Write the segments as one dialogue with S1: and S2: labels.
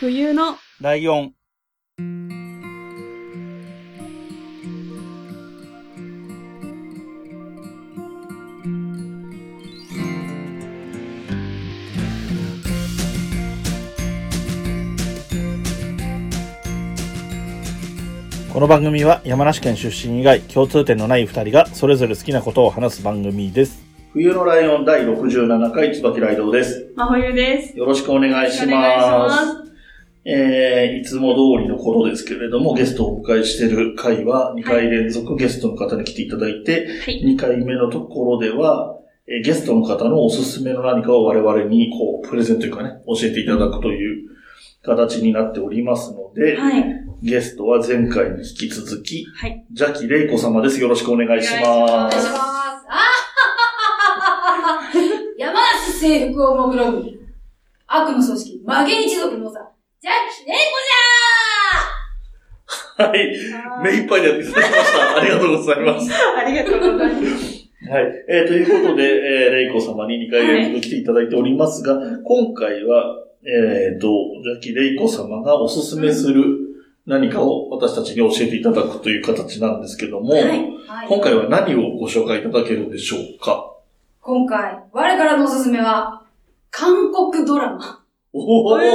S1: 冬の
S2: ライオン。この番組は山梨県出身以外共通点のない2人がそれぞれ好きなことを話す番組です。冬のライオン第67回椿ライドウです。
S1: 真冬です。
S2: よろしくお願いします。えー、いつも通りのことですけれども、ゲストをお迎えしている回は、2回連続ゲストの方に来ていただいて、
S1: はい。
S2: 2回目のところでは、えーゲストの方のおすすめの何かを我々に、こう、プレゼントというかね、教えていただくという形になっておりますので、
S1: はい。
S2: ゲストは前回に引き続き、
S1: はい。
S2: 邪気玲子様です。よろしくお願いし
S1: お願
S2: ま
S1: い
S3: お願いし
S2: す。
S3: ます。あはははは山梨制服を目論み、悪の組織、マゲ一族の座、ジャッキレ
S2: はい。
S3: イコじゃー
S2: 目いっぱいでやっていただきました。ありがとうございます。
S1: ありがとうございます。
S2: はい。えーということで、えー、レイコ様に2回連続来ていただいておりますが、今回は、えっ、と、ジャキレイコ様がおすすめする何かを私たちに教えていただくという形なんですけども、
S1: はい。
S3: はい
S2: 今回は何をご紹介いただけるんでしょうか
S3: 今回、我からのおすすめは、韓国ドラマ。
S2: おお、
S1: え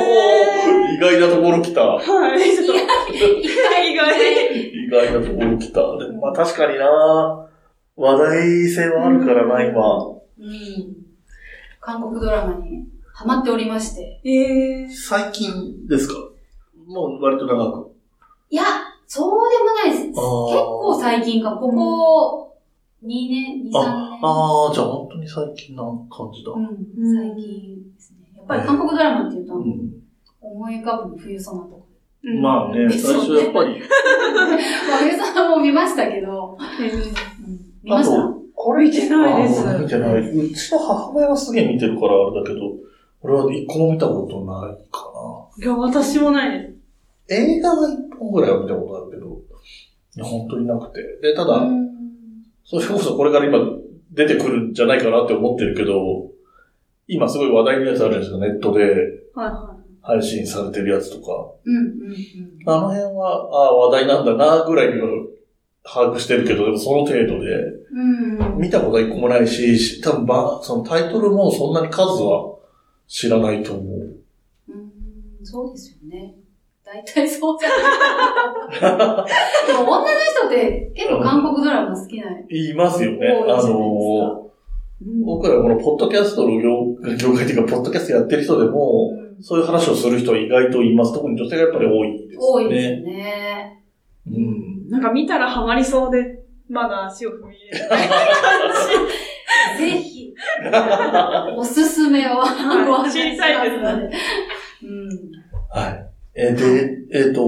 S2: 意外なところ来た。
S1: はい。ちょっと、
S3: 意
S1: 外意外
S2: 意外なところ来た。で もまあ確かにな話題性はあるからな、今。
S3: うん。韓国ドラマにハマっておりまして。
S1: えー、
S2: 最近ですかもう割と長く。
S3: いや、そうでもないです。結
S2: あー
S3: 構最近かも。ここ、2年、2、3年。
S2: ああ、じゃあ本当に最近な感じだ。
S3: うん、最近ですね。やっぱり韓国ドラマっていうと、思い浮かぶの冬ソナとか。
S1: うん
S2: まあね、
S3: うん
S2: 最初やっぱり。
S3: まあ、冬ソナも見ましたけど、うん、見ま
S2: あ
S3: した
S2: と、
S1: これいけないです。
S2: あー見てない。うちの母親はすげえ見てるからあれだけど、俺は一個も見たことないか
S1: いや、私もないです。
S2: な。映画が一本ぐらいは見たことあるけど、いや本当になくて。で、ただ、
S3: うん
S2: それこそこれから今出てくるんじゃないかなって思ってるけど、今すごい話題のやつあるんですよ、ネットで
S1: はいは
S2: 配信されてるやつとか。
S3: うんうん
S2: あの辺は、ああ、話題なんだな、ぐらいには把握してるけど、でもその程度で、
S3: うん。うんうん。
S2: 見たことは一個もないし、し多分ば、そのタイトルもそんなに数は知らないと思う。
S3: うん、そうですよね。大体そうじゃない。でも女の人って結構韓国ドラマ好きな人
S2: 言いますよ
S3: 多い
S2: ね。
S3: じゃないで
S2: あ
S3: すか。
S2: の、
S1: い。
S2: 僕らこのポッドキャストの業 業界っていうか、ポッドキャストやってる人でも、
S3: うん
S2: そういう話をする人は意外といます。特に女性がやっぱり多いですね。
S3: 多いですね。
S2: うん。
S1: なんか見たらハマりそうで、まだ足を踏み入れない感じ。
S3: ぜひ、おすすめをご
S1: は
S3: 案
S1: い
S3: 内
S1: 知りたいです
S3: しますので。うん。
S2: はい。えーで、えっ、と、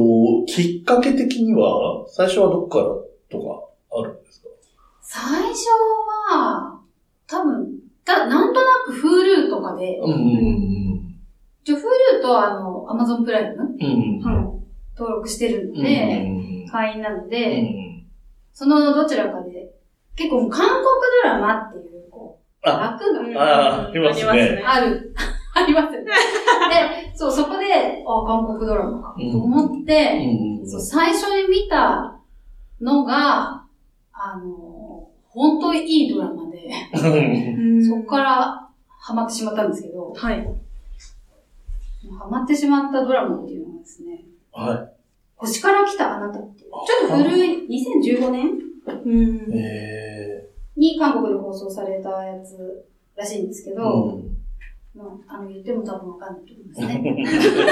S2: きっかけ的には、最初はどっからとかあるんですか
S3: 最初は、多分、た、なんとなく Hulu とかで、
S2: うんうん
S3: ちょ、Hulu とあの、Amazon プライム
S2: うんうん。うん
S1: はい
S3: 登録してる
S2: う
S3: の
S2: ん。
S3: で、
S2: うん
S3: 会員なの
S2: う
S3: で、
S2: ん、
S3: そのどちらかで、結構もう韓国ドラマっていう、こう、
S2: あ
S3: 枠が
S1: うん
S2: あーありますね
S1: あ
S3: ある、 あ りますよね。で、そう、そこで、あ、韓国ドラマか、と思っ
S2: う
S3: て、
S2: んうん
S3: そう、最初に見たのが、あの、本当にいいドラマで、
S2: う
S1: う
S2: ん
S1: ん
S3: そこか。らハマってしまったんですけど、
S1: はい。
S3: ハマってしまったドラマっていうのがですね、
S2: は
S3: 星から来たあなたっていう、ちょっと古い、2015年
S1: うん
S2: い。え
S3: に韓国で放送されたやつらしいんですけ
S2: ー
S3: ど、
S2: ん
S3: まあ、あの、言っても多分わかんないと思いますね。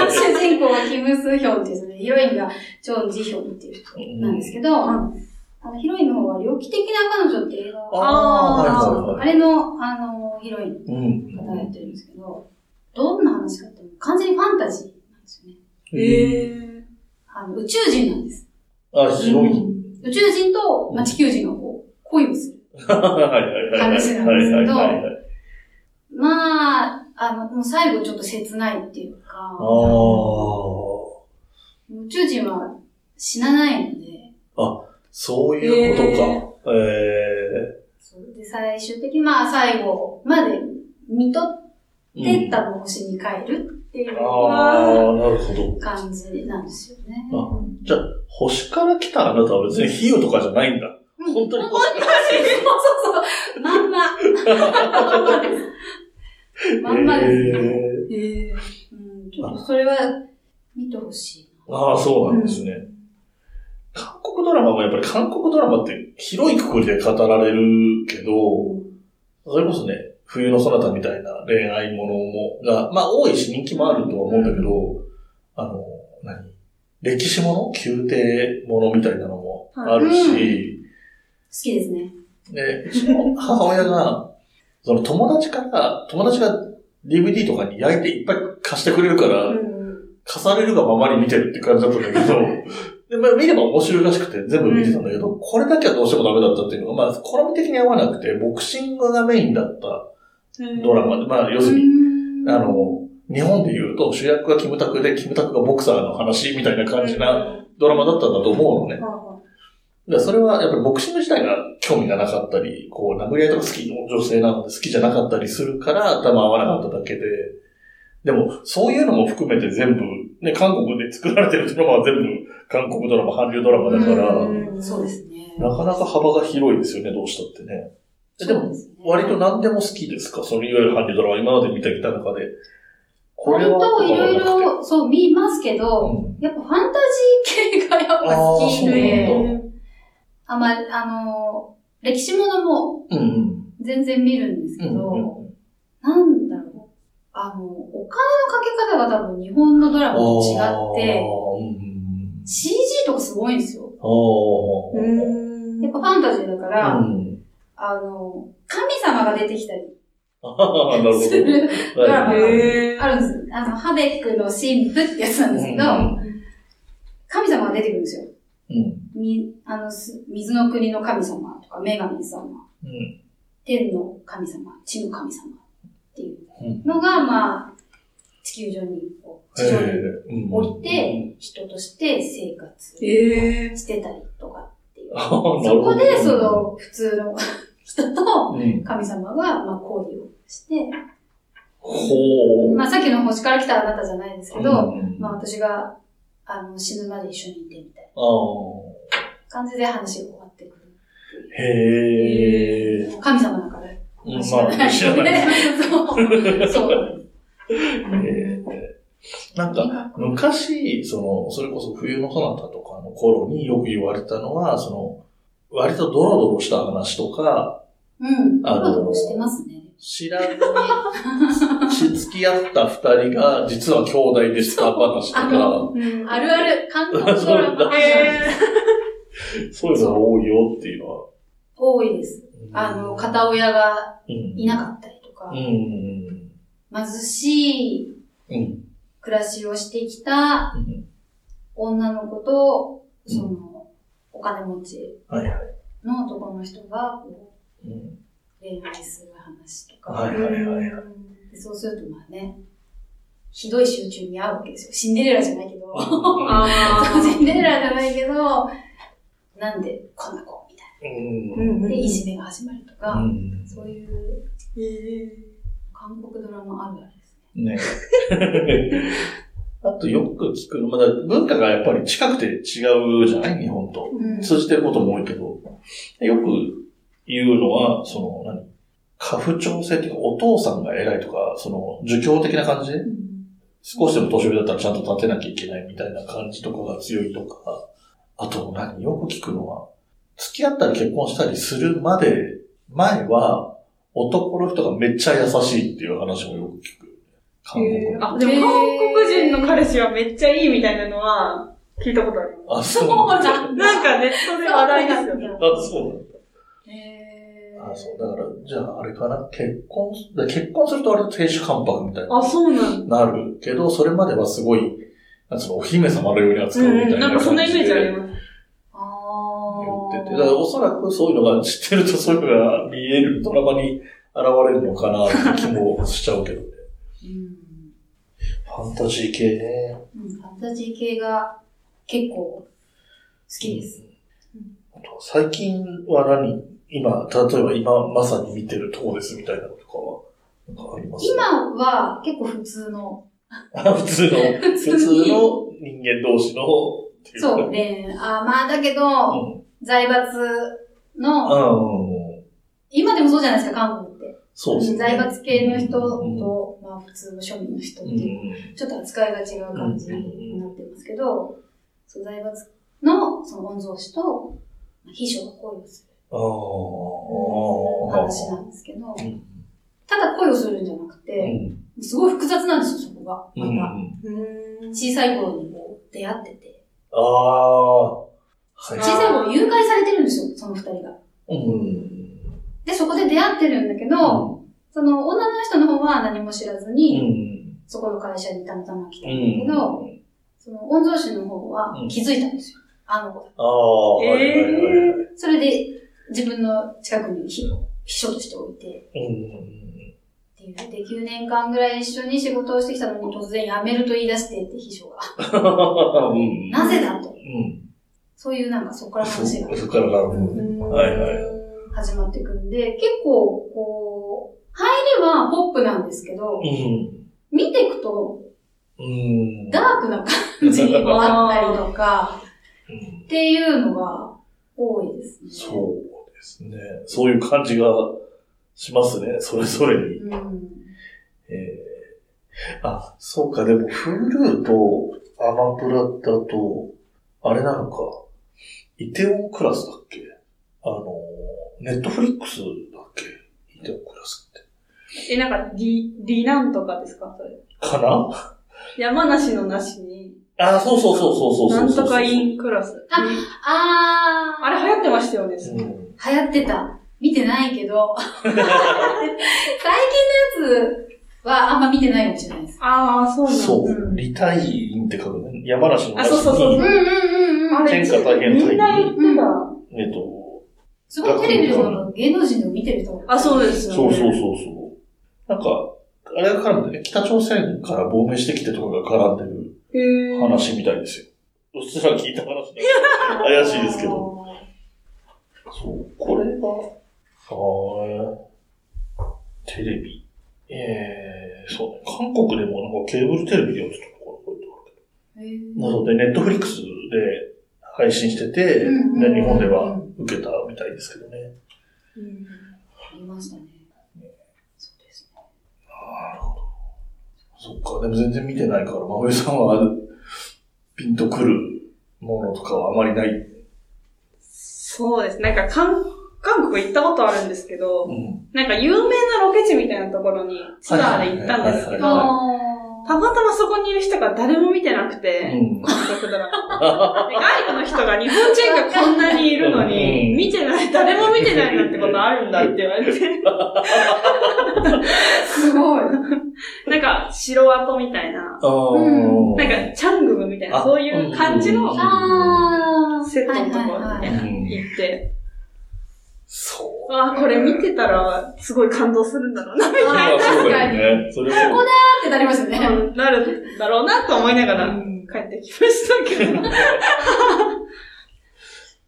S3: 主人公はキム・スヒョンっていうね、ヒロインがチョン・ジヒョンっていう人なんですけど、
S1: うん
S3: あのヒロインの方は猟奇的な彼女って映画、
S2: あー、はいはい
S3: あ
S2: はい。
S3: れの、あの、ヒロイン
S2: う
S3: の方がやっ
S2: ん。
S3: てるんですけど、どんな話かっていうと完全にファンタジーなんですよね。
S1: えー。
S3: あの、宇宙人なんです。
S2: あ、白い。
S3: 宇宙人と、まあ、地球人がこう、恋をす
S2: は
S3: る。
S2: いはいはい。
S3: 話なん
S2: はい
S3: です
S2: はい
S3: けど
S2: はいはい。
S3: まあ、あの、もう最後ちょっと切ないっていうか
S2: あ、あ、
S3: 宇宙人は死なないので、
S2: そういうことか。え
S3: それで最終的にまあ最後まで見とっ
S2: えー。
S3: て多分星に帰るっていう
S2: ああ、なるほど。
S3: 感じなんですよね。
S2: あじゃあ、星から来たあなたは別に比喩とかじゃないんだ。本当に
S3: 本当にそうそう。まんま。まんまです。まんまですね。
S2: え
S3: へえうん、ちょっとそれは見てほしい。
S2: ーああ、そうなんですね。韓国ドラマもやっぱり韓国ドラマって広いくくりで語られるけど、それこそね、冬のそなたみたいな恋愛ものも、が、まあ多いし人気もあるとは思うんだけど、あの、何歴史もの宮廷ものみたいなのもあるし、
S3: 好きですね。
S2: で、うちの母親が、その友達から、友達が DVD とかに焼いていっぱい貸してくれるから、貸されるがままに見てるって感じだったんだけど、 で、まあ見れば面白いらしくて全部見てたんだけど、これだけはどうしてもダメだったっていうのが、まあ、好み的に合わなくて、ボクシングがメインだったドラマで、まあ、要するに、あの、日本で言うと主役がキムタクで、キムタクがボクサーの話みたいな感じな
S1: な。
S2: ドラマだったんだと思うのね。
S1: は
S2: だからそれはやっぱりボクシング自体が興味がなかったり、こう、殴り合いとか好きの女性なので好きじゃなかったりするから、頭合わなかっただけで。でも、そういうのも含めて全部、ね、韓国で作られてるドラマは全部、韓国ドラマ、韓流ドラマだから、
S1: うん
S3: そうですね。
S2: なかなか幅が広いですよね、どうしたってね。えでも、
S3: すね
S2: 割と何でも好きですかそのいわゆる韓流ドラマ、今まで見てきた中で。こ
S3: 割
S2: れは
S3: といろい
S2: とかはなくて
S3: ろ、そう、見ますけど、
S2: うん
S3: やっぱファンタジー系がやっぱ好き
S2: あーそう
S3: で、
S2: なんだ
S3: あまり、あの、歴史ものも
S2: うんうん。
S3: 全然見るんですけ
S2: うんうん
S3: ど、なんだろう。あの、お金のかけ方が多分日本のドラマと違って、
S2: あ
S3: CG とかすごいんですよ。
S2: ーうんうんうんあー
S1: ん
S3: やっぱファンタジーだから、
S2: うん
S3: あの、神様が出てきたり
S2: あーなるほど。
S3: する、
S2: ド
S3: ラマ
S1: へー
S3: あるんですよ。あの、ハベックの神父ってやつなんですけど、神様が出てくるんですよ。
S2: うん。
S3: み、あの、す水の国の神様とか、女神様、
S2: うん。
S3: 天の神様、地の神様っていう
S2: うん
S3: のが、まあ、地球上に、こう、地上に降りて、人として生活
S1: ええ
S3: してたりとかっていう。
S2: あ
S3: そ
S2: ーなるほ
S3: こ
S2: ど
S3: で、その、普通の人と
S2: うん。
S3: 神様が、まあ、交流をして、
S2: ほう。
S3: まあ、さっきの星から来たあなたじゃないですけど、
S2: うん
S3: まあ、私が、あの、死ぬまで一緒にいてみたい
S2: あー
S3: な感じで話が終わってくる。
S2: へえ。
S3: 神様だから。
S2: うんまあ、知らない。
S3: そう。そう。
S2: へーなんか、昔、その、それこそ冬のそなたとかの頃によく言われたのは、その、割とドロドロした話とか、
S3: うん。
S2: あ
S3: ド
S2: の
S3: ロドロしてますね。
S2: 知らずに付き合った二人が、実は兄弟でした話と
S3: あ
S2: か
S3: の、
S1: ー。
S3: あるある、韓国ドラマ
S1: え
S2: そういうのが多いよっていうのは。
S3: 多いです。あの、片親がいな
S2: っ
S3: かったりとか
S2: う、ん。
S3: 貧しい
S2: うん。
S3: 暮らしをしてきた
S2: うん
S3: 女の子と、
S2: うん
S3: その、お金持ち
S2: はいはい。
S3: の男の人が、こ
S2: うん
S3: う、恋愛する話とか。
S2: はいはいはい。
S3: でそうするとまあね、ひどい集中に合うわけですよ。シンデレラじゃないけど。
S2: あ
S1: あー
S3: シンデレラじゃないけど、なんでこんな子みたい
S2: うん。
S1: うん
S3: な。で、いじめが始まると
S2: う
S3: か、
S2: ん
S3: そういう
S1: え
S3: 韓国ドラマあるあるですね。
S2: ね。 あとよく聞くの、まだ文化がやっぱり近くて違うじゃない日本と。
S3: うん
S2: 通じてることも多いけど。よく言うのは、その、何家父長制っていうか、お父さんが偉いとか、その、儒教的な感じで、少しでも年上だったらちゃんと立てなきゃいけないみたいな感じとかが強いとか、あと何よく聞くのは、付き合ったり結婚したりするまで、前は男の人がめっちゃ優しいっていう話もよく聞く。韓国
S1: ー。あ、でも韓国人の彼氏はめっちゃいいみたいなのは聞いたことある。
S2: あ、
S3: そ
S2: そうう。あ、
S3: なんだ。
S1: なんかネットで話題ですよね。
S2: そう
S3: へ
S2: なん
S3: ー
S2: だ。あ、そう。だから、じゃああれかな、結婚す、だから結婚すると割と亭主関白みたいな。
S1: あ、そうなんだ。
S2: なるけど、それまではすごい、なんかそのお姫様のように扱うみたいな感じで。
S1: なんかそんなイメージあります。
S3: あ
S2: 言ってて、だから
S3: ー
S2: おそらくそういうのが知ってるとそういうのが見えるドラマに現れるのかなって気もしちゃうけどね。
S3: うん
S2: ファンタジー系ね。
S3: うんファンタジー系が結構好きです。
S2: あと最近は何今、例えば今まさに見てるとこですみたいなのとかは、なんかあります
S3: 今は結構普通の
S2: 普通の、普通の人間同士の、っていうか
S3: そう、恋愛。あーまあ、だけど、財閥の、
S2: うん。うん。
S3: 今でもそうじゃないですか、韓国って。
S2: そうですね。
S3: 財閥系の人と、まあ、普通の庶民の人っ
S2: う
S3: て
S2: ん。
S3: いう、ちょっと扱いが違う感じになってますけど、そう財閥の、その御曹司と、まあ秘書が恋をする
S2: あ
S3: 話
S2: あ。
S3: なんですけど、
S2: うん
S3: ただ恋をするんじゃなく
S2: う
S3: て、
S2: ん。
S3: すごい複雑なんですよ、そこが。
S2: う
S3: また、
S2: ん。
S1: うん。
S3: 小さい頃にこう、出会ってて。
S2: ああ。はい
S3: 小さい頃誘拐されてるんですよ、その二人が。
S2: うん。
S3: で、そこで出会ってるんだけど、その女の人の方は何も知らず
S2: う
S3: に、
S2: ん。
S3: そこの会社にたまたま来た
S2: うんん。
S3: だけど、その御曹司の方は
S2: うん
S3: 気づいたんですよ。あの子だ。
S2: ああ、はいはいはいはい。
S3: それで自分の近くに秘秘書として置いて
S2: うん。
S3: っていう。で、9年間ぐらい一緒に仕事をしてきたのに突然辞めると言い出してって秘書が。
S2: うん。
S3: なぜだと。
S2: うん。
S3: そういうなんかそこから
S2: そ
S3: 話が
S2: そっからなるほど。はいはい。
S3: 始まっていくんで、結構こう、入りはポップなんですけど
S2: う、ん。
S3: 見ていくと
S2: うん。
S3: ダークな感じにもあったりとか、
S2: うん
S3: っていうのが多いですね。
S2: そうですね。そういう感じがしますね。それぞれに。
S3: うん。
S2: えーあ、そうか、でも、フルーとアマプラだと、あれなのか、イテオンクラスだっけあの、ネットフリックスだっけイテオンクラスって。
S1: え、なんか、り、りなんとかですかそれ。
S2: かな
S1: 山梨の梨に、
S2: あ、そうそうそうそうそうそ
S1: な
S2: うんそう
S1: とかインクラス。
S3: ああー。
S1: あれ流行ってましたよね。
S2: うん
S3: 流行ってた。見てないけど。最近のやつはあんま見てないかもしれないです。
S1: ああ、そうなんだ。
S2: そうう。
S1: ん
S2: リタインって書くね。山梨の
S1: あそうそうそう
S3: うんうんうんうん。
S1: あれ
S2: 天下大変
S1: みんな言ってた。
S2: えっと、
S3: すごいテレビでなんか芸能人でも見てる人
S1: あ、そうですよ
S2: そ
S1: ね。
S2: うそうそうそう。なんか、あれが絡んでね、北朝鮮から亡命してきてとかが絡んでる
S1: へー
S2: 話みたいですよ。うっすら聞いた話で。 怪しいですけど。
S3: ど。
S2: そう、これが、あーテレビ。えー、そうね。韓国でもなんかケーブルテレビでやってたのかなこれとか
S3: へー
S2: なので、ネットフリックスで配信してて、
S3: うん
S2: で、日本では受けたみたいですけどね。
S1: うん
S3: ありましたね。そうですね。
S2: なるほど。そっか、でも全然見てないから、真上さんは、ピンとくるものとかはあまりない。
S1: そうです。なんか、韓、韓国行ったことあるんですけど、
S2: うん。
S1: なんか有名なロケ地みたいなところにツアーで行ったんですけ
S2: はいはいはいはい
S1: ど、
S3: あ
S1: たまたまそこにいる人が誰も見てなく
S2: う
S1: て、
S2: ん。
S1: 韓国ドラマ。で外国の人が日本人がこんなにいるの
S2: う
S1: に、
S2: ん
S1: 見てない、誰も見てないなんてことあるんだって言われ て、
S3: ー。すごい。
S1: なんか城跡みたいな、
S2: あー
S3: うん
S1: なんかチャングムみたいな、
S2: あ
S1: そういう感じの
S2: うん
S3: あー。
S1: セットのところ
S3: はいはい
S1: みた
S3: はい
S1: いな行って、
S2: そう。
S1: あー、これ見てたらすごい感動するんだろう な、み
S3: あ
S1: たいな
S2: まあそうだよね。それは
S3: ってなりますよね。
S1: うんなるんだろうなと思いながら
S3: うん
S1: 帰ってきましたけ ど。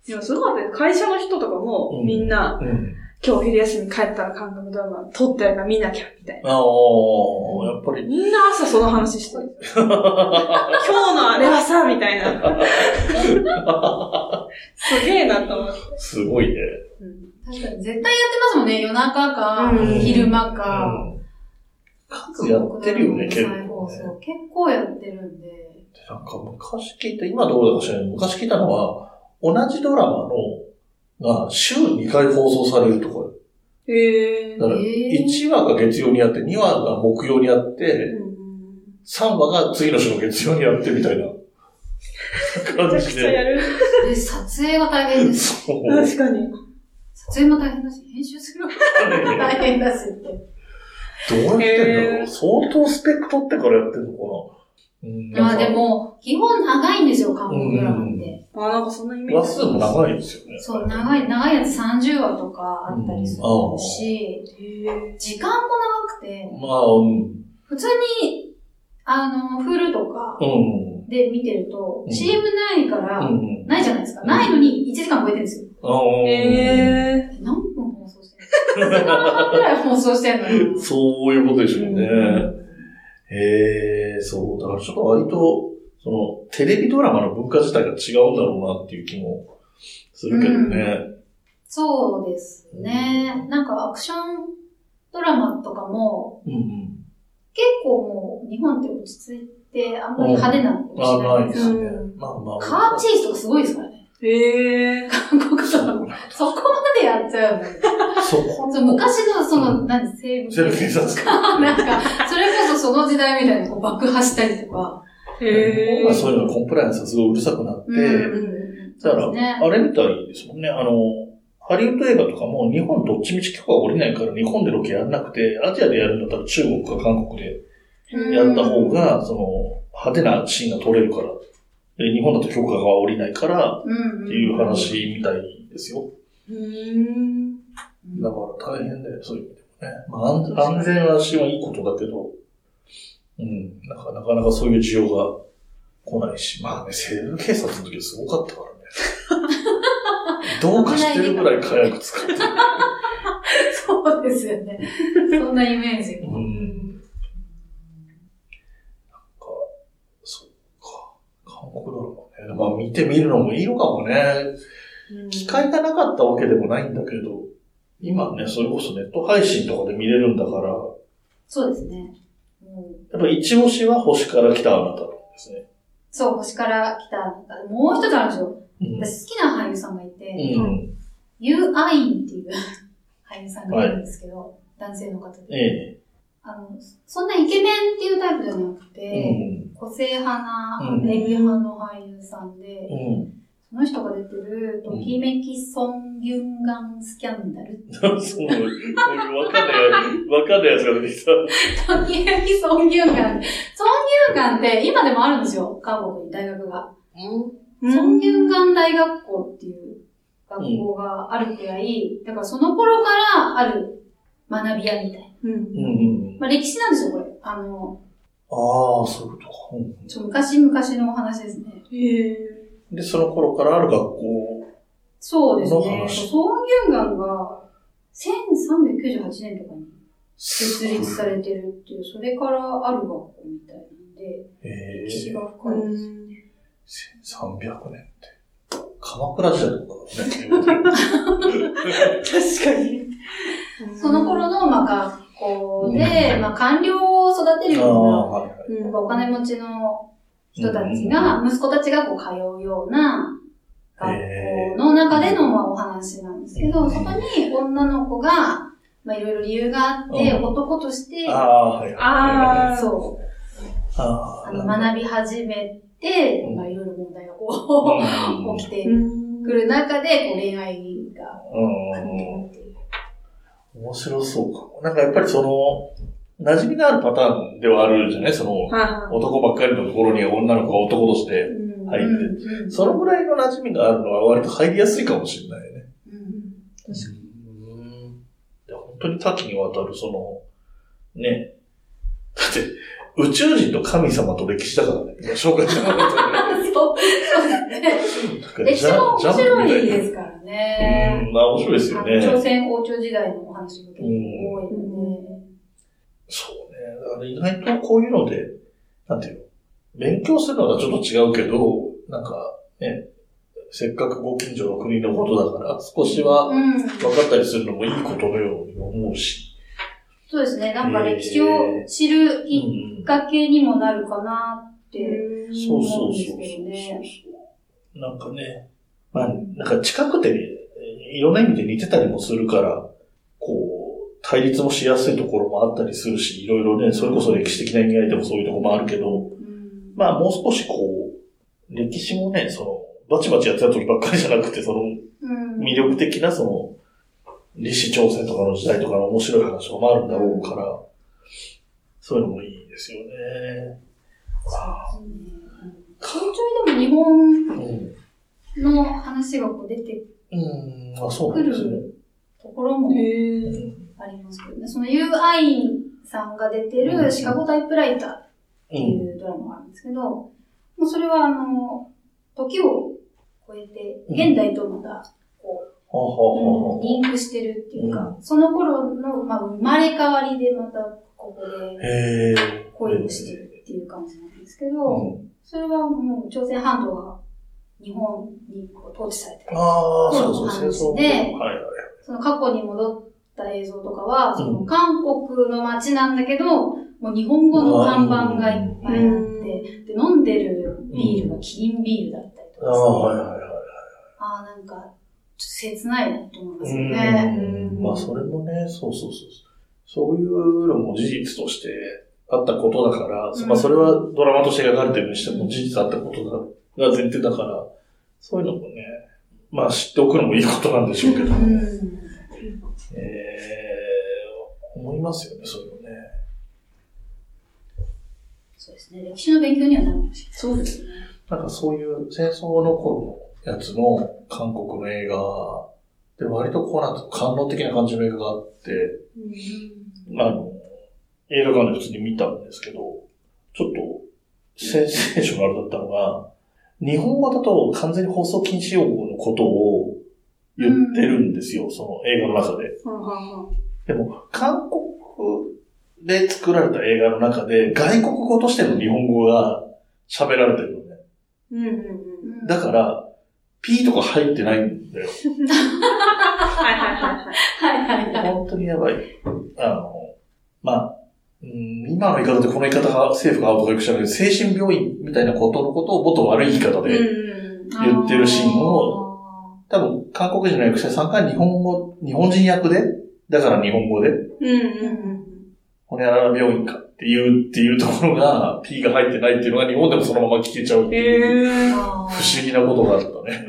S1: でもすごい、会社の人とかも
S2: うん
S1: みんな、
S2: そう。うん。
S1: 今日昼休み帰ったら韓国ドラマ撮ってるから見なきゃみたいな。
S2: ああ、やっぱり。
S1: みんな朝その話して る。今日のあれはさ、みたいな。すげえなと思って。
S2: すごいね。
S1: うん
S3: 確かに絶対やってますもんね。夜中か、
S1: うん
S3: 昼
S2: う
S3: 間か。
S2: ん。数やってるよね、結構
S3: 再放送
S2: ね。
S3: 結構やってるんで。
S2: なんか昔聞いた、今どうだか知らない。昔聞いたのは、同じドラマの、が週2回放送されるとか。
S1: へえ
S2: だ。から1話が月曜にあって、2話が木曜にあって、3話が次の週の月曜にあってみたいな
S1: めち
S2: 感
S1: ゃく
S2: じ
S1: ちゃや
S2: で。
S1: る。
S3: で、撮影が大変です。
S2: そう。
S1: 確かに。
S3: 撮影も大変だし、編集するのも大変だしって。
S2: どうやってんだろ
S1: へ
S2: う
S1: ー
S2: 相当スペック取ってからやってるのか なうん
S3: まあで
S2: なんか
S3: も、基本長いんですよ、韓国ドラマって。
S1: あ、なんかそんなイメー
S2: 話
S1: ジ。
S2: 数も長いですよね。
S3: そう、長い、長いやつ30話とかあったりするし、
S1: へえ。
S3: 時間も長くて、
S2: まあ、うん。
S3: 普通に、あの、フルとか
S2: うん。
S3: で見てると
S2: う、ん
S3: CM ないか
S2: う
S3: ら、
S2: ん。
S3: ないじゃないですか。
S2: うん
S3: ないのに1時間超えてるんですよ。
S2: うん
S1: へ
S3: え何分放送してるの ?2 時間半くらい放送してるのに。
S2: そういうことでしょうね。へえ、そう、だからちょっと割と、その、テレビドラマの文化自体が違うんだろうなっていう気もするけどね。
S3: そうですね。なんかアクションドラマとかも、
S2: うん、うん、
S3: 結構もう日本って落ち着いて、あんまり派手なの
S2: まあ、ない
S3: で
S2: ですす
S3: ね。
S2: ね
S1: う。
S2: まあまあ。
S3: カーチェイスとかすごいですからね。
S1: へえ。
S3: 韓国ドラマ。そこまでやっちゃうの。
S2: そこ
S3: そう昔のその、何、西部
S2: セルフ警察官。
S3: なんか、それこそその時代みたいにこう爆破したりとか。
S1: へえ。
S2: まあそういうのコンプライアンスがすごいうるさくなって、
S3: うん。
S2: だから
S3: そうですね。
S2: あれみたいですもんね。あの、ハリウッド映画とかも日本どっちみち許可が下りないから日本でロケやらなくて、アジアでやるんだったら中国か韓国で
S3: うん
S2: やった方が、その、派手なシーンが撮れるから。で、日本だと許可が下りないから
S3: うん。
S2: っていう話みたいですよ。
S1: うーん。
S2: だから大変だよ、そういう意味でもね。まあ、安安全はしはいいことだけど、うん、なんかなかなかそういう需要が来ないし、まあね、西部警察の時はすごかったからね。どうかしてるぐらい火薬使ってる。
S3: そうですよね。そんなイメージ。
S2: うん。なんか、そっか。韓国ドラマね。まあ見てみるのもいいのかもね。機会がなかったわけでもないんだけど、今ね、それこそネット配信とかで見れるんだから、
S3: そうですね。うん
S2: やっぱ一押しは星から来たあなたなんですね。
S3: そう、星から来たなんか。もう一つあるんですよ。私好きな俳優さんがいて、
S2: うん。うん。
S3: ユーアインっていう 俳優さんがいるんですけど、男性の方で。
S2: え
S3: あの、そんなイケメンっていうタイプじゃなく
S2: え。
S3: て、個性派な、
S2: うん
S3: 演技派の俳優さんで、
S2: うん。うん。
S3: その人が出てる、ときめきソン・ギュンガンスキャンダル。
S2: そう、そういうわかんない、わかんないやつが出てきた。
S3: ときめきソン・ギュンガン。ソン・ギュンガンって今でもあるんですよ。韓国に大学が。ソン・ギュンガン大学校っていう学校があるくらい、だからその頃からある学び屋みたい
S1: う
S3: な。
S1: ん。
S2: うんうん。
S3: まあ歴史なんですよ、これ。あの、
S2: ああ、そういうことかうん
S3: ちょ昔々のお話ですね。
S1: へえ。
S2: で、その頃からある学校。
S3: そうです
S2: その
S3: ね。
S2: 話
S3: ソン・ギュンガンが1398年とかに設
S2: 設
S3: 立されてるっていう、それからある学校みたいなんで、
S2: え
S3: 歴史
S2: え
S3: が深いです。
S2: 1300年って。鎌倉時代とかだね。
S1: 確かに。
S3: その頃の、まあ、学校で、
S2: うん
S3: まあ、官僚を育てる
S2: あ
S3: よ
S2: あ、
S3: う
S2: はいはい。
S1: う
S3: な、やっ
S1: ん
S3: ぱお金持ちの人たち
S2: う
S3: が、息子たちがこう通うような学校の中での、まあ、お話なんですけ
S2: う
S3: ど、
S2: ん
S3: そこに女の子が、まあ、いろいろ理由があって、
S2: うん
S3: 男として、
S2: ああ、はいはい。
S1: あー
S3: そう、
S2: あ
S3: あ
S2: あ、
S3: の
S2: なる
S3: 学び始めて
S2: う、ん
S3: まあ、いろいろ問題が
S2: ほど
S3: こう、起きて
S1: うん
S3: くる中で、こう、恋愛が
S2: うんうんうん。
S3: っていう。
S2: 面白そうかも。なんかやっぱりその、馴染みのあるパターンではあるじゃないその、
S1: は
S2: 男ばっかりのところに女の子が男として。
S3: うん
S2: 入って
S3: うん
S2: そのぐらいの馴染みがあるのは割と入りやすいかもしれないね。
S3: うん
S1: 確
S2: うん。で本当に多岐にわたる、その、ね。だって、宇宙人と神様と歴史だからね。今紹介したかったね
S3: そう、そうですね。歴史も面白いですからね。
S2: うん、まあ面白いですよね。
S3: 朝鮮王朝時代のお話が結構多いの
S2: そうね。だから意外とこういうので、なんていうの、勉強するのはちょっと違うけど、なんかね、せっかくご近所の国のことだから、少しは
S3: で。うん。
S2: 分かったりするのもいいことのように思うし。
S3: そうですね。なんか歴史を知るきっかけにもなるかなっ
S1: い。
S3: て。
S2: そううんそうそうそうそう。なんかね、まあ、なんか近くて、えーいろんな意味で似てたりもするから、こう、対立もしやすいところもあったりするし、いろいろね、それこそ歴史的な意味合いでもそういうところもあるけど、
S3: うん
S2: まあもう少しこう、歴史もね、その、バチバチやってた時ばっかりじゃなくて、その
S3: うん
S2: 魅力的なその、立史朝鮮とかの時代とかの面白い話とかもあるんだろうから、そういうのもいいですよね。わあ
S3: そうですねちょいちょいでも日本
S2: うん。
S3: の話がこう出て
S2: うん、あ、そうなんですね。
S3: ところも
S1: へえ。
S3: ありますけどね。その UI さんが出てるシカゴタイプライター
S2: う
S3: って
S2: ん。
S3: いうドラマがあるんですけど、もうそれはあの、時を超えて、現代とまた、こう、
S2: はあは
S3: リンクしてるっていうか、その頃の、まあ、生まれ変わりでまた、ここ
S2: あはあ
S3: で
S2: へえ。
S3: 恋をしてるっていう感じなんですけど、それはもう朝鮮半島が日本にこう統治されてる。
S2: ああ、そうそう、
S3: そ
S2: 戦争。
S3: うで
S2: はいはい。
S3: その過去に戻った映像とかは、そうの韓国の街なんだけど、もう日本語の看板がいっぱいあって、で、飲んでるビールがキリンビールだったりと
S2: ああ、は
S3: か
S2: い
S3: して、
S2: はいは
S3: ああ、なんか、ちょっと切ないなと思いますよ
S2: い。
S3: ね。
S2: うんまあ、それもね、そうそうそうそう。そういうのも事実としてあったことだから、
S3: うん
S2: まあ、それはドラマとして描かれてるにしても事実あったことだが前提だから、そういうのもね、まあ、知っておくのもいいことなんでしょうけど
S3: う
S2: ね。
S3: ん
S2: えー、思いますよね、そういうのね。
S3: そうですね。歴史の勉強にはなるかもし
S1: そうですね。
S2: なんかそういう戦争の頃のやつの韓国の映画で割とこうなんていうの感動的な感じの映画があって、あの、映画館で普通に見たんですけど、ちょっとセンセーショナルだったのが、日本語だと完全に放送禁止用語のことを言ってるんですよ、その映画の中で。
S1: はんはんはん。
S2: でも、韓国で作られた映画の中で、外国語としての日本語が喋られてるのね。
S1: うんうん
S3: れ
S1: うん。
S3: ない。
S2: だから、P とか入ってないんだよ。
S1: はいはいはいはい。
S3: ら、はいはいはい。
S2: 本当にやばい。あの、まあ、うん今の言い方でこの言い方が政府がアウトかよく知らないけど、精神病院みたいなことのことをもっと悪い言い方で、
S1: うんうん。
S2: 言ってるシーンを多分韓国人の役者さんが日本語、日本人役で、だから日本語で、
S1: うんうん
S2: ほにゃらら病院かっていうっていうところが、P が入ってないっていうのが日本でもそのまま聞けちゃうっ
S1: うん。
S2: ていう、
S1: へ
S3: あー
S1: ー。
S3: あー
S2: 不思議なことがあったね。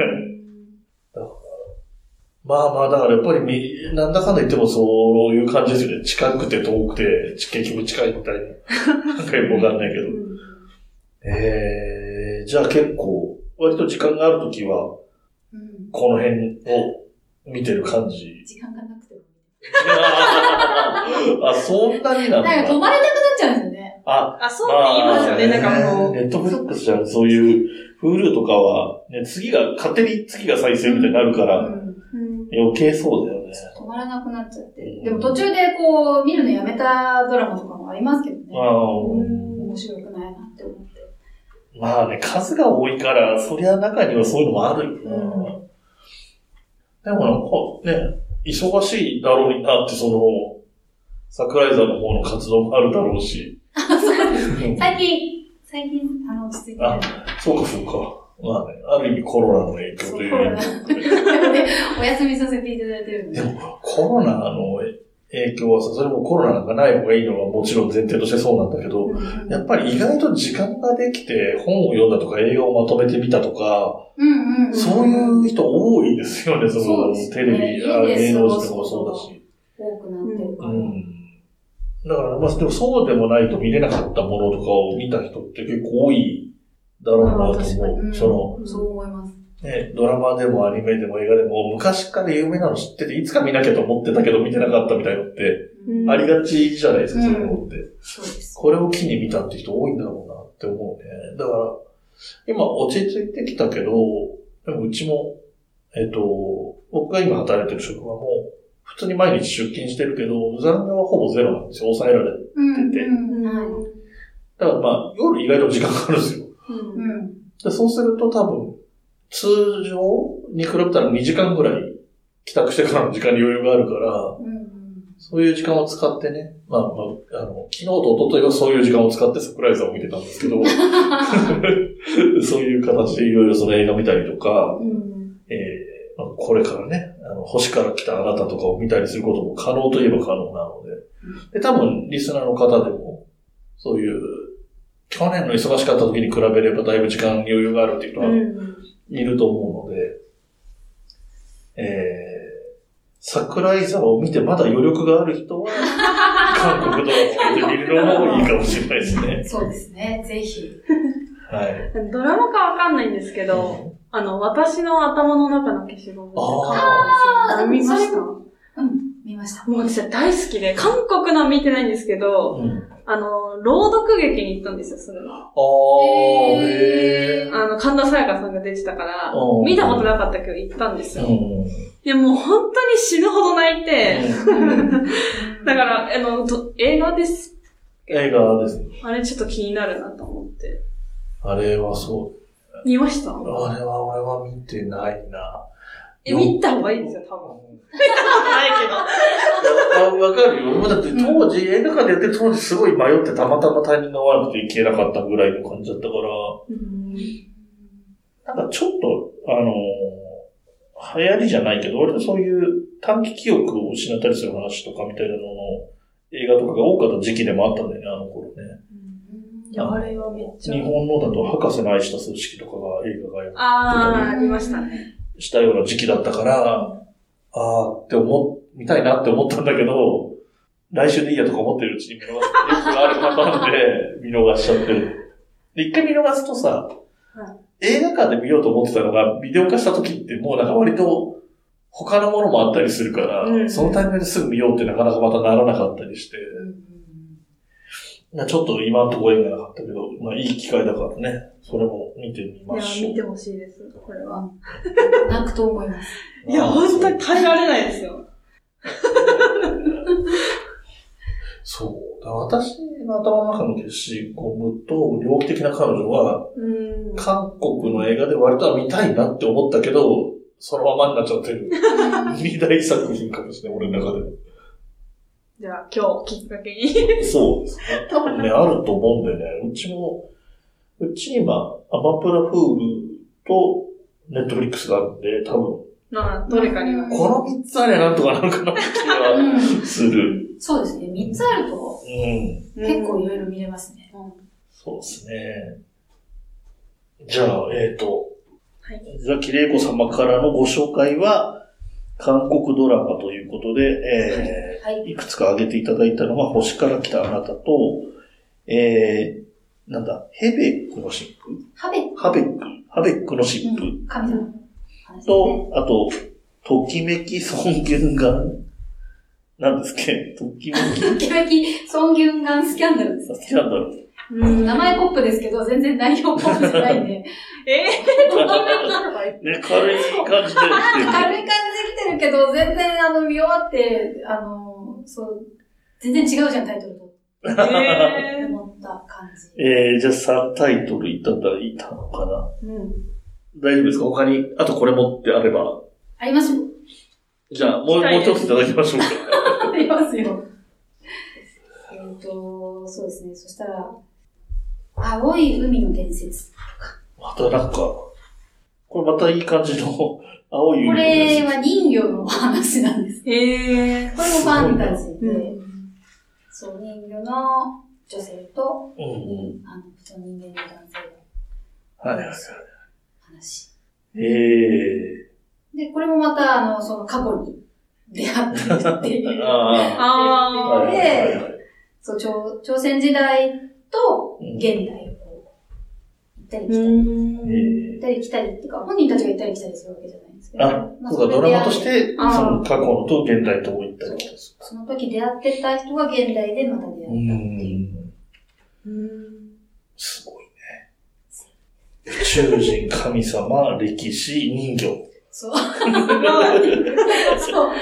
S2: まあまあ、だからやっぱりみ、なんだかんだ言ってもそういう感じですよね。近くて遠くて、結局近いみたいな。なんかよくわかんないけど。 えー、じゃあ結構、割と時間があるときは、
S3: うん
S2: この辺を見てる感じ。
S3: 時間がなくても。
S2: あ、そんなになだ。
S3: なんんか止まれなくなっちゃうんですよね。
S2: あ、
S1: あ、そうって言いますよね。なんかもう。
S2: ネットフリックスじゃん、そういう、Hulu とかは、ね、次が、勝手に次が再生みたいになるか
S3: う
S2: ら、
S3: ん
S1: うん
S2: 余計そうだよね。
S3: 止まらなくなっちゃって。でも途中でこう、見るのやめたドラマとかもありますけどね。
S2: あー
S3: 面白くないなって思って。
S2: まあね、数が多いから、そりゃ中にはそういうのもあるよな。でもなんかね、忙しいだろうなって、その、桜井さんの方の活動もあるだろうし。
S3: 最近、最近、あの、落ち着いてる。
S2: あそうかそうか。まあね、ある意味コロナの影響という
S3: そうコロナ
S2: ことで
S3: お休みさせていただいてるんで
S2: で。も、コロナの影響はさ、それもコロナがない方がいいのはもちろん前提としてそうなんだけど、
S3: うん
S2: やっぱり意外と時間ができて本を読んだとか映画をまとめてみたとか、
S3: うんうん。
S2: そういう人多いですよね、そ
S3: そう
S2: の
S3: ですね
S2: テレビ、あ
S3: 家で
S2: 芸
S3: 過
S2: 能
S3: ご
S2: 人
S3: す
S2: とかもそうだし。
S3: 多くなってるか
S2: う
S3: ら。
S2: ん。だから、まあ、でもそうでもないと見れなかったものとかを見た人って結構多いだろうなと思
S3: うん
S2: う。そ
S3: そう思います。
S2: の、ね、ドラマでもアニメでも映画でも昔から有名なの知ってて、いつか見なきゃと思ってたけど見てなかったみたいのって、
S1: うん
S2: ありがちじゃないですか、そういうのって。
S3: そうです。
S2: これを機に見たって人多いんだろうなって思うね。だから、今落ち着いてきたけど、でもうちも、えっ、と、僕が今働いてる職場も、普通に毎日出勤してるけど、残業はほぼゼロなんですよ。抑えられる。
S3: うん
S2: 出て
S3: うんはい
S1: は
S2: だからまあ、夜意外と時間があるんですよ。
S3: うん
S2: でそうすると多分、通常に比べたら2時間ぐらい、帰宅してからの時間に余裕があるから、
S3: うんうん
S2: そういう時間を使ってね、まあまあ、あの、昨日と一昨日はそういう時間を使って桜井さんを見てたんですけ ど、そういう形でいろいろその映画見たりとか、
S3: うん
S2: えーまあこれからね、あの星から来たあなたとかを見たりすることも可能といえば可能なので、で、多分リスナーの方でも、そういう、去年の忙しかった時に比べればだいぶ時間に余裕があるっていう人ははいると思うので、えー、桜井沢を見てまだ余力があ る人は、韓国ドラマを見てみるのもいいかもしれないですね。
S3: そうですね。ぜひ。
S2: はい。
S1: ドラマかわかんないんですけど、あの、私の頭の中の消しゴムって
S3: あー
S1: 韓国のやつ見まし
S3: それ
S1: た
S3: も
S1: も
S3: うん。見ました。
S1: う私は大好きで、韓国のは見てないんですけど、
S2: うん
S1: あの、朗読劇に行ったんですよ、それは。
S2: あー、
S3: へ
S2: へ
S1: あの、神田沙也加さんが出てたから
S2: お、ー
S1: 見たことなかったけど行ったんです
S2: ー。
S1: よ。
S2: うん。
S1: いや、もう本当に死ぬほど泣いて、
S2: うん
S1: だから、あの、と映画です
S2: 映画ですね。
S1: あれちょっと気になるなと思って。
S2: あれはそう。
S1: 見ました
S2: あれは俺は見てないな。
S1: え、見た方がいいですよ、多分。ないけど。
S2: いやわわかるよ。だって当時、映画館でやってる当時すごい迷ってたまたまタイミングが悪くて行けなかったぐらいの感じだったから、なんかちょっと、あのー流行りじゃないけど、割とそういう短期記憶を失ったりする話とかみたいなのの映画とかが多かった時期でもあったんだよね、あの頃ね。
S1: いや、あれはめっちゃ
S2: 日。本のだと博士の愛した数式とかが映画が
S1: あー、ありましたね。
S2: したような時期だったから、あーって思っ、見たいなって思ったんだけど、来週でいいやとか思ってるうちに見逃す。よくあるパターンで 見逃しちゃってる。で、一回見逃すとさ、映画館で見ようと思ってたのが、ビデオ化した時ってもうなんか割と、他のものもあったりするから、
S1: うん
S2: そのタイミングですぐ見ようってなかなかまたならなかったりして、まあちょっと今のところ映画なかったけど、まあいい機会だからね、それも見てみま
S1: い
S2: し
S1: や、
S2: ょう
S1: 見。てほしいです、これは。
S3: 泣くと思います。
S1: いや、本当に耐えられないですよ。
S2: そう。だ私の頭の中の消しゴムと、猟奇的な彼女は、
S1: うん。
S2: 韓国の映画で割とは見たいなって思ったけど、そのままになっちゃって る。二大作品かもしれない、俺の中
S1: じゃあ、今日きっかけに。
S2: で。そうですね。多分ね、あると思うんだよね。うちも、うち今、アマプラフールと、ネットフリックスがあるんで、多分、
S1: まあ、どれかには。
S2: この三つあれなんとかなるかなって気は
S3: うん
S2: す る。
S3: そうですね。3つあると
S2: うん。
S3: 結構いろいろ見れますね。
S2: そうですね。じゃあ、えっ、と、
S1: はい
S2: ザキレイコ様からのご紹介は、韓国ドラマということで、え
S3: はい
S2: ー。いくつか挙げていただいたのが、星から来たあなたと、えー、なんだ、ヘベックの神
S3: ハベ、
S2: 父ハベック、ハベックの神父
S3: 神様の話ですね。
S2: と、あと、ときめき尊厳が、なんですっけときめき、
S3: ドキドキ、ソンギュンガンスキャンダルです
S2: 好。きなんだろう。
S1: うん。
S3: 名前ポップですけど、全然内容ポップじゃないんで。
S1: え
S2: ね、軽い感じで
S3: 軽
S2: 来て
S3: い感じで来てるけど、全然あの、見終わって、あの、そう、全然違うじゃん、タイトルと。
S1: ー、え
S3: 思った感じ。
S2: る。えー、じゃあ3タイトルいただいたのかな
S1: ー。 うん。
S2: 大丈夫ですか他に、あとこれ持ってあれば。
S3: ありますよ。
S2: じゃあ、もう、
S1: は
S2: もう
S1: い
S2: 一ついただきましょうか。
S3: ありますよ。えっと、そうですね。そしたら、青い海の伝説。
S2: またなんか、これまたいい感じの、 青い
S3: こ
S2: 海の
S3: れ
S2: や
S3: は人魚の話なんです。
S1: えー。
S3: これもファンタジーで、
S1: うん。
S3: そう、人魚の女性と、
S2: つ。うんうん。
S3: あの、普通人間の男性の
S2: はいはいは
S3: 話。
S2: い。え
S3: で、これもまた、あの、その過去に出会ってるってい
S2: え
S3: う。
S2: ああ。
S1: あ
S3: ー
S2: はいはいはい
S3: そう朝、朝鮮時代と
S2: うん
S3: 現代をこう、行ったり
S1: ー。う
S3: 来たり、
S2: え
S1: ん。
S3: 行っ
S2: え
S3: たり来たりっていうか、本人たちが行ったり来たりするわけじゃないんですけど。
S2: あ、
S3: ま
S2: そうか、ドラマとし。
S3: れで
S2: て、そ
S1: あー
S2: の過去のと現代ともいったりとかです
S3: その時出会ってた人が現代でま
S2: う
S3: た出会ったっていう。
S2: ん。すごいね。宇宙人、神様、歴史、人魚。
S3: そう。そ
S1: すご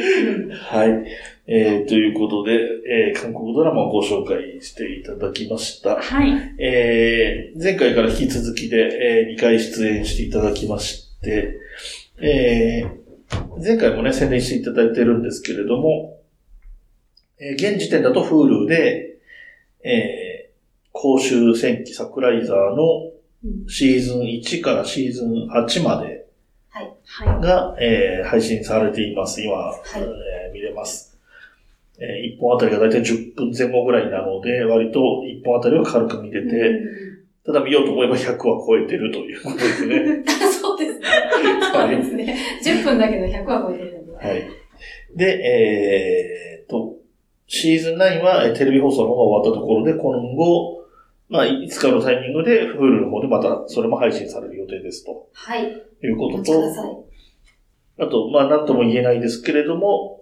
S1: い。
S3: う。
S2: はい。えーということで、えー韓国ドラマをご紹介していただきました。
S1: はい。
S2: えー前回から引き続きで、え2回出演していただきまして、えー前回もね、宣伝していただいてるんですけれども、えー現時点だと Hulu で、えー公衆戦記サクライザーのシーズン1からシーズン8まで
S1: は
S2: が、えー配信されています。今、
S3: はい。
S2: えー見れます。えー1本あたりがだいたい10分前後ぐらいなので、割と1本あたりは軽く見れて、ただ見ようと思えば100は超えてるということです ね。
S3: そうですね。そうですね。10分だけど100は超えてるんで。
S2: はい。で、えーっと、シーズン9はえーテレビ放送の方が終わったところで、今後、まあ、いつかのタイミングで、Hulu の方でまたそれも配信される予定ですと
S3: はい。
S2: いう
S3: お
S2: こと
S3: 待ちくだ
S2: と、
S3: さい。
S2: あと、まあ、なんとも言えないですけれども、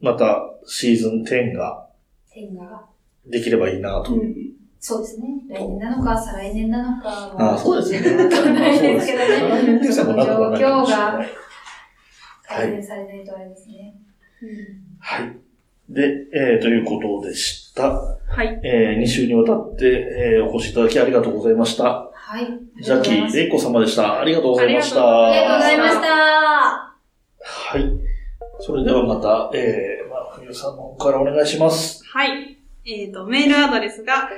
S2: またシーズン10が
S3: 天下が。
S2: できればいいなと。
S1: い。
S3: そうですね。来年なのか、再来年なのかは。
S2: あそうですね。
S3: わかんないですけどね
S2: まあそうですね
S3: 状況が。
S2: はい
S3: 改善されないとあれですね。
S2: はい。で、えーということでしした。
S1: はい。
S2: えー、2週にわたって、えーお越しいただきありがとうございました。
S3: はい。
S2: ジャッキー、レイコ様でした。ありがとうございました。
S3: あ
S1: あ
S3: りがとうございました。
S2: はい。それではまた、えー、まあ、冬さんの方からお願いします。
S1: はい。えっ、と、メールアドレスが、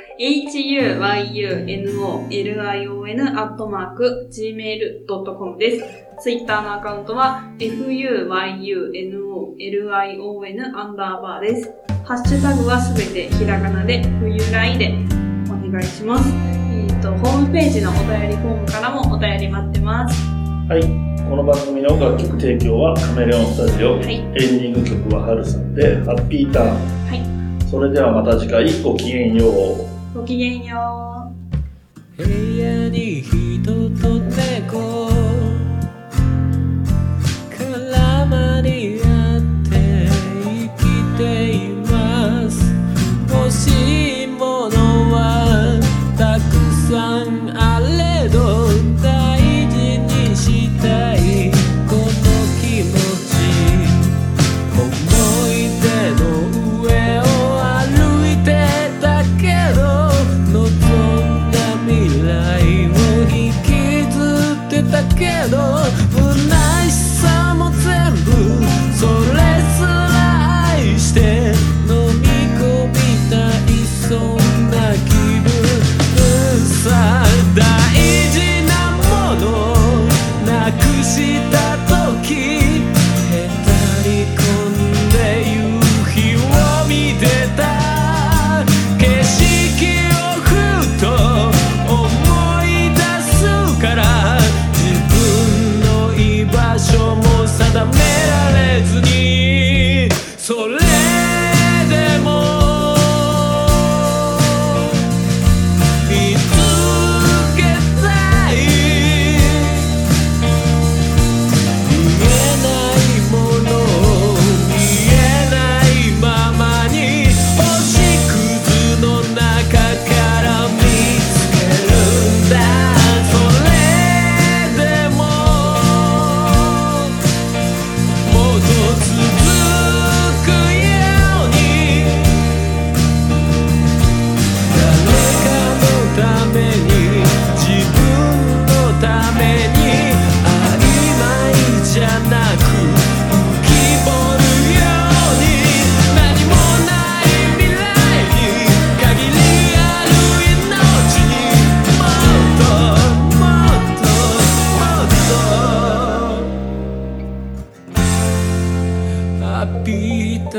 S1: huyunolion.gmail.com です。ツイッターのアカウントは、fuyunolion アンダーバーです。ハッシュタグはすべてひらがなで、冬来でお願いします。えっ、と、ホームページのお便りフォームからもお便り待ってます。
S2: はい。この番組の楽曲提供はカメレオンスタジオ。エ
S1: はい。
S2: ンディング曲はハルさんで、ハッピーターン。はい。それではまた次回、ごきげんよう。
S1: ごきげんよう。
S4: 部屋に人と猫絡まり合って生きています欲しいものはたくさんあれど大事にしたいこの気持ち思い出の上を歩いてたけど望んだ未来を引きずってたけど不悔しさも全部それすら愛して飲み込みたいそんな気分さ大事なものなくした時へたり込んで夕日を見てた景色をふと思い出すから自分の居場所も定められずにそれでも「見つけたい」「見えないもの見えないままに星屑の中から見つけるんだ」「それでももっと続くように」誰かのために自分のために曖昧じゃなく浮き彫るように何もない未来に限りある命にもっともっともっと「ビータ